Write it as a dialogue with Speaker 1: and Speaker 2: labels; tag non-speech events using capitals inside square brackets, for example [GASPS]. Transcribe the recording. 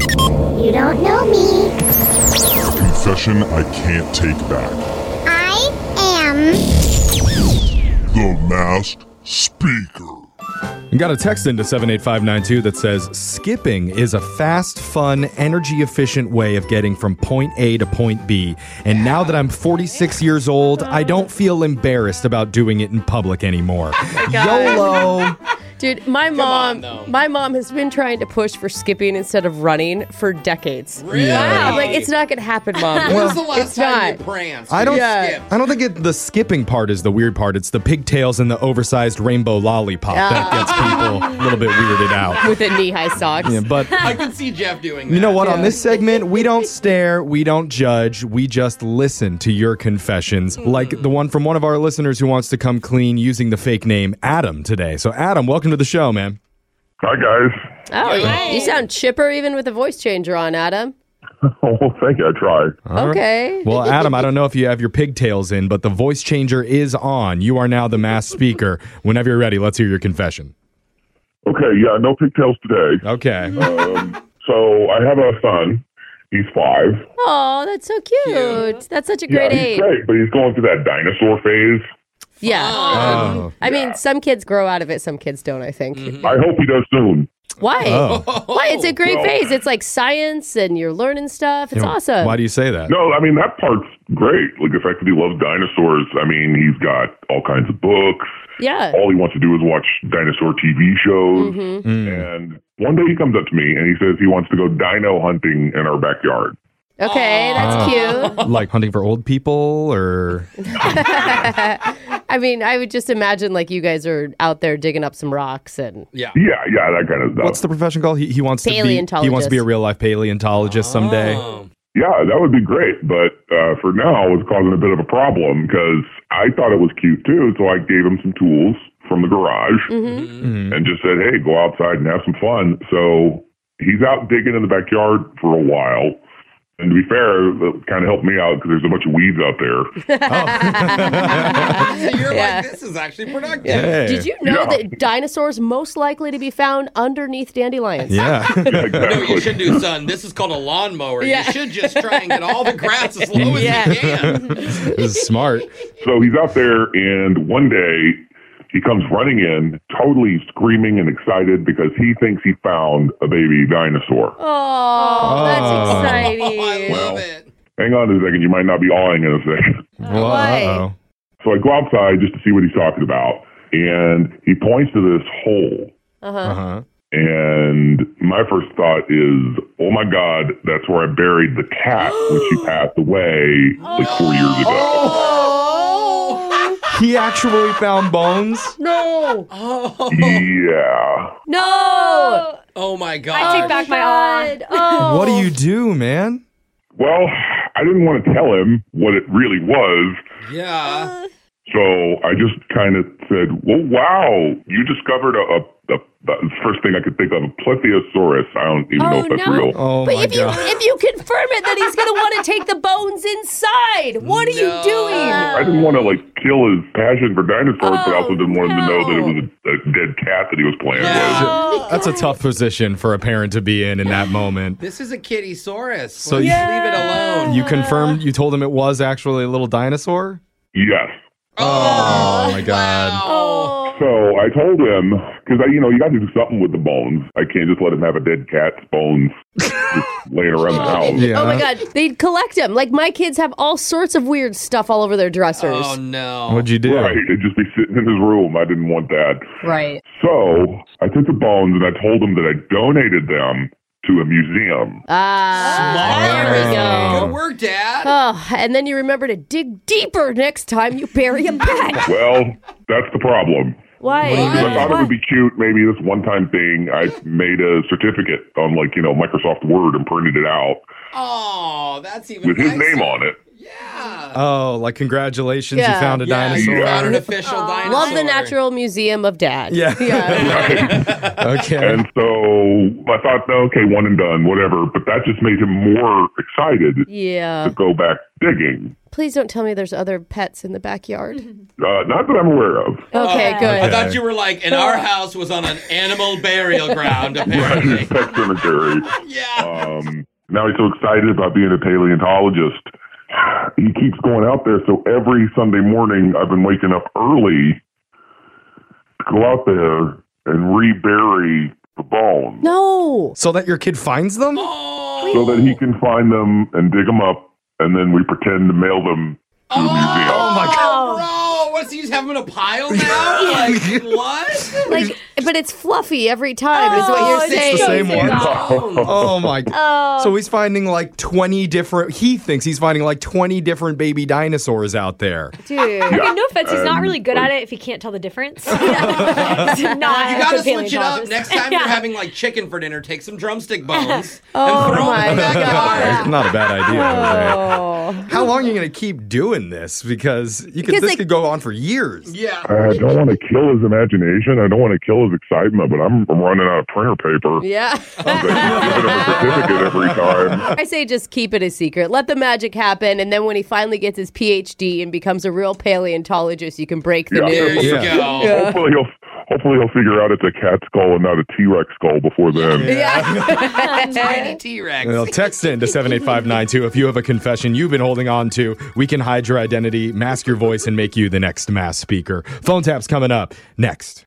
Speaker 1: You don't know me.
Speaker 2: A confession I can't take back.
Speaker 1: I am.
Speaker 2: The Masked Speaker.
Speaker 3: And got a text into 78592 that says skipping is a fast, fun, energy efficient way of getting from point A to point B. And now that I'm 46 years old, I don't feel embarrassed about doing it in public anymore. YOLO.
Speaker 4: Dude, my mom, my mom has been trying to push for skipping instead of running for decades.
Speaker 5: Really?
Speaker 3: Yeah.
Speaker 4: I'm like, it's not gonna happen, mom.
Speaker 3: Well,
Speaker 5: When's the last
Speaker 4: it's
Speaker 5: time you
Speaker 4: not.
Speaker 5: pranced?
Speaker 3: I don't.
Speaker 5: Yeah. Skip.
Speaker 3: I don't think it, the skipping part is the weird part. It's the pigtails and the oversized rainbow lollipop that gets people a little bit weirded
Speaker 4: [LAUGHS]
Speaker 3: out.
Speaker 4: with the knee-high socks.
Speaker 3: Yeah, but
Speaker 5: I can see Jeff doing that.
Speaker 3: You know what? On
Speaker 4: Yeah.
Speaker 3: this segment, we don't stare, we don't judge, we just listen to your confessions, like the one from one of our listeners who wants to come clean using the fake name Adam today. So, Adam, welcome to the show, man.
Speaker 6: Hi guys. [LAUGHS]
Speaker 4: Oh, you sound chipper even with a voice changer on, Adam.
Speaker 6: well, Oh, thank you. I tried.
Speaker 3: All right.
Speaker 4: okay.
Speaker 3: Well, Adam, I don't know if you have your pigtails in, but the voice changer is on. You are now the mass speaker. Whenever you're ready, let's hear your confession.
Speaker 6: Okay, yeah, no pigtails today.
Speaker 3: Okay.
Speaker 6: So I have a son. He's five.
Speaker 4: Oh, that's so cute. That's such a great
Speaker 6: yeah,
Speaker 4: age.
Speaker 6: he's great, but he's going through that dinosaur phase.
Speaker 4: Yeah. Um,
Speaker 3: Oh.
Speaker 4: I mean, some kids grow out of it, some kids don't, I think.
Speaker 6: I hope he does soon.
Speaker 4: Why?
Speaker 5: [LAUGHS]
Speaker 3: Oh.
Speaker 4: Why? It's a great
Speaker 6: No.
Speaker 4: phase. It's like science and you're learning stuff. It's awesome.
Speaker 3: Why do you say that?
Speaker 6: No, I mean that part's great. Like the fact that he loves dinosaurs. I mean, he's got all kinds of books.
Speaker 4: yeah.
Speaker 6: All he wants to do is watch dinosaur TV shows.
Speaker 4: Mhm.
Speaker 3: Mm.
Speaker 6: And one day he comes up to me and he says he wants to go dino hunting in our backyard.
Speaker 4: Okay, that's
Speaker 3: Oh.
Speaker 4: cute.
Speaker 3: Like hunting for old people or.
Speaker 4: I mean, I would just imagine like you guys are out there digging up some rocks and
Speaker 5: Yeah.
Speaker 6: Yeah, yeah, that kind of stuff.
Speaker 3: What's the profession called? He, he wants to be. He wants to be a
Speaker 4: Paleontologist.
Speaker 3: real life paleontologist someday.
Speaker 5: Oh.
Speaker 6: Yeah, that would be great. But uh, for now, it's causing a bit of a problem because I thought it was cute too. So I gave him some tools from the garage
Speaker 4: Mm-hmm.
Speaker 3: Mm-hmm.
Speaker 6: and just said, hey, go outside and have some fun. So he's out digging in the backyard for a while. And to be fair, that kind of helped me out because there's a bunch of weeds out there.
Speaker 5: [LAUGHS] So you're
Speaker 4: Yeah.
Speaker 5: like, this is actually productive.
Speaker 3: Oh. [LAUGHS] Hey.
Speaker 4: Did you know
Speaker 6: Yeah.
Speaker 4: that dinosaurs most likely to be found underneath dandelions? [LAUGHS]
Speaker 3: Yeah. [LAUGHS]
Speaker 5: No, you should
Speaker 6: exactly.
Speaker 5: do, son. This is called a lawnmower.
Speaker 4: Yeah.
Speaker 5: You should just try and get all the grass as low as
Speaker 4: Yeah.
Speaker 5: you
Speaker 4: [LAUGHS]
Speaker 5: can.
Speaker 3: this is smart.
Speaker 6: so he's out there, and one day he comes running in, totally screaming and excited because he thinks he found a baby dinosaur.
Speaker 4: Oh,
Speaker 3: Oh.
Speaker 4: that's
Speaker 5: Oh, I
Speaker 4: exciting.
Speaker 5: love it.
Speaker 6: Hang on a second, you might not be awing in a second.
Speaker 3: Well,
Speaker 4: why?
Speaker 3: uh-oh.
Speaker 6: So I go outside just to see what he's talking about, and he points to this hole.
Speaker 3: Uh-huh.
Speaker 6: And my first thought is, oh my God, that's where I buried the cat when
Speaker 4: [GASPS]
Speaker 6: she passed away like four years ago.
Speaker 5: Oh.
Speaker 3: He actually found bones?
Speaker 4: No,
Speaker 5: Oh.
Speaker 6: Yeah.
Speaker 4: no.
Speaker 5: Oh, my
Speaker 7: I
Speaker 5: God.
Speaker 7: take back my awe.
Speaker 3: [LAUGHS]
Speaker 4: Oh,
Speaker 3: What do you do, man?
Speaker 6: Well, I didn't want to tell him what it really was.
Speaker 4: Uh.
Speaker 5: Yeah.
Speaker 6: So I just kind of said, well, wow, you discovered a, a, a, the first thing I could think of, a plethiosaurus. I don't even know
Speaker 4: Oh,
Speaker 6: if that's
Speaker 4: no.
Speaker 6: real.
Speaker 3: Oh
Speaker 4: But
Speaker 3: my
Speaker 4: if you
Speaker 3: god.
Speaker 4: if you confirm it, then he's gonna want to take the bones inside. What are
Speaker 5: No.
Speaker 4: you doing?
Speaker 6: I didn't want to like kill his passion for dinosaurs, but I also
Speaker 4: Oh,
Speaker 6: didn't want him to know that
Speaker 4: no.
Speaker 6: it was a, a dead cat that he was playing with.
Speaker 4: Oh,
Speaker 3: That's a tough position for a parent to be in in that moment.
Speaker 5: This is a kitty saurus.
Speaker 3: So
Speaker 5: So you
Speaker 3: you-
Speaker 5: leave it alone.
Speaker 3: You confirmed you told him it was actually a little dinosaur?
Speaker 6: Yes.
Speaker 3: Oh, my god.
Speaker 4: Oh.
Speaker 5: Wow.
Speaker 6: So I told him because I, you know, you got to do something with the bones. I can't just let him have a dead cat's bones
Speaker 4: [LAUGHS]
Speaker 6: just laying around the house.
Speaker 3: Yeah.
Speaker 4: Oh my god, they collect them. Like my kids have all sorts of weird stuff all over their dressers.
Speaker 5: Oh, no.
Speaker 3: What'd you do?
Speaker 6: Right, it'd just be sitting in his room. I didn't want that.
Speaker 7: Right.
Speaker 6: So I took the bones and I told him that I donated them to a museum.
Speaker 4: Uh. Ah, there we
Speaker 3: Smart.
Speaker 4: go.
Speaker 5: Good work, Dad.
Speaker 4: Oh, and then you remember to dig deeper next time you bury a pet.
Speaker 6: Well, that's the problem.
Speaker 4: Why?
Speaker 6: Because I thought it would be cute, maybe this one time thing. I made a certificate on, like, you know, Microsoft Word and printed it out
Speaker 5: Oh, that's even
Speaker 6: with his
Speaker 5: nicer.
Speaker 6: name on it.
Speaker 5: Yeah.
Speaker 3: Oh, like congratulations, you
Speaker 4: Yeah.
Speaker 3: found a
Speaker 5: yeah,
Speaker 3: dinosaur.
Speaker 5: You found an official dinosaur.
Speaker 4: Love the Natural Museum of Dad.
Speaker 3: Yeah.
Speaker 6: [LAUGHS]
Speaker 3: okay.
Speaker 6: [LAUGHS] And so I thought, okay, one and done, whatever. But that just made him more excited
Speaker 4: Yeah.
Speaker 6: to go back digging.
Speaker 4: Please don't tell me there's other pets in the backyard.
Speaker 6: Uh, not that I'm aware of.
Speaker 4: Okay, good.
Speaker 5: I thought you were like, and our house
Speaker 6: [LAUGHS]
Speaker 5: was on an animal burial ground, apparently.
Speaker 6: Pet cemetery.
Speaker 5: yeah.
Speaker 6: Um, no, Now he's so excited about being a paleontologist. He keeps going out there. So every Sunday morning, I've been waking up early to go out there and rebury the bones
Speaker 4: No.
Speaker 3: So that your kid finds them?
Speaker 5: Oh.
Speaker 6: so that he can find them and dig them up. And then we pretend to mail them to a museum.
Speaker 3: Oh my god.
Speaker 5: Bro, what's he just having in a
Speaker 6: [LAUGHS]
Speaker 5: pile now? like what?
Speaker 4: Like, but it's fluffy every time, is what
Speaker 7: Oh,
Speaker 4: you're
Speaker 7: it's
Speaker 4: saying.
Speaker 3: The same one.
Speaker 5: Oh,
Speaker 3: Oh my god. So he's finding like 20 different he thinks he's finding like 20 different baby dinosaurs out there.
Speaker 4: [LAUGHS] Dude.
Speaker 7: Okay, no offense, he's not really good at it if he can't tell the
Speaker 5: [LAUGHS]
Speaker 7: difference. He's not
Speaker 5: you
Speaker 7: you
Speaker 5: gotta switch it up. Next
Speaker 7: [LAUGHS]
Speaker 5: time you're having like chicken for dinner, take some drumstick bones and throw
Speaker 4: my
Speaker 5: them back at
Speaker 3: Not a bad idea. Jose.
Speaker 4: Oh.
Speaker 3: How long are you going to keep doing this because you could
Speaker 4: Because,
Speaker 3: this
Speaker 4: like-
Speaker 3: could go on for years.
Speaker 5: Yeah.
Speaker 6: I don't want to kill his imagination. I don't want to kill his excitement, but I'm running out of printer paper.
Speaker 4: Yeah.
Speaker 6: that he's giving him a certificate every time.
Speaker 4: I say just keep it a secret. Let the magic happen. And then when he finally gets his PhD and becomes a real paleontologist, you can break the
Speaker 6: Yeah.
Speaker 5: There
Speaker 4: news.
Speaker 5: [LAUGHS] you
Speaker 3: Yeah.
Speaker 5: go.
Speaker 6: Hopefully he'll hopefully he'll figure out it's a cat skull and not a T Rex skull before then.
Speaker 5: Tiny T Rex.
Speaker 3: Well, text in to 78592 if you have a confession you've been holding on to. We can hide your identity, mask your voice, and make you the next mass speaker. Phone tap's coming up next.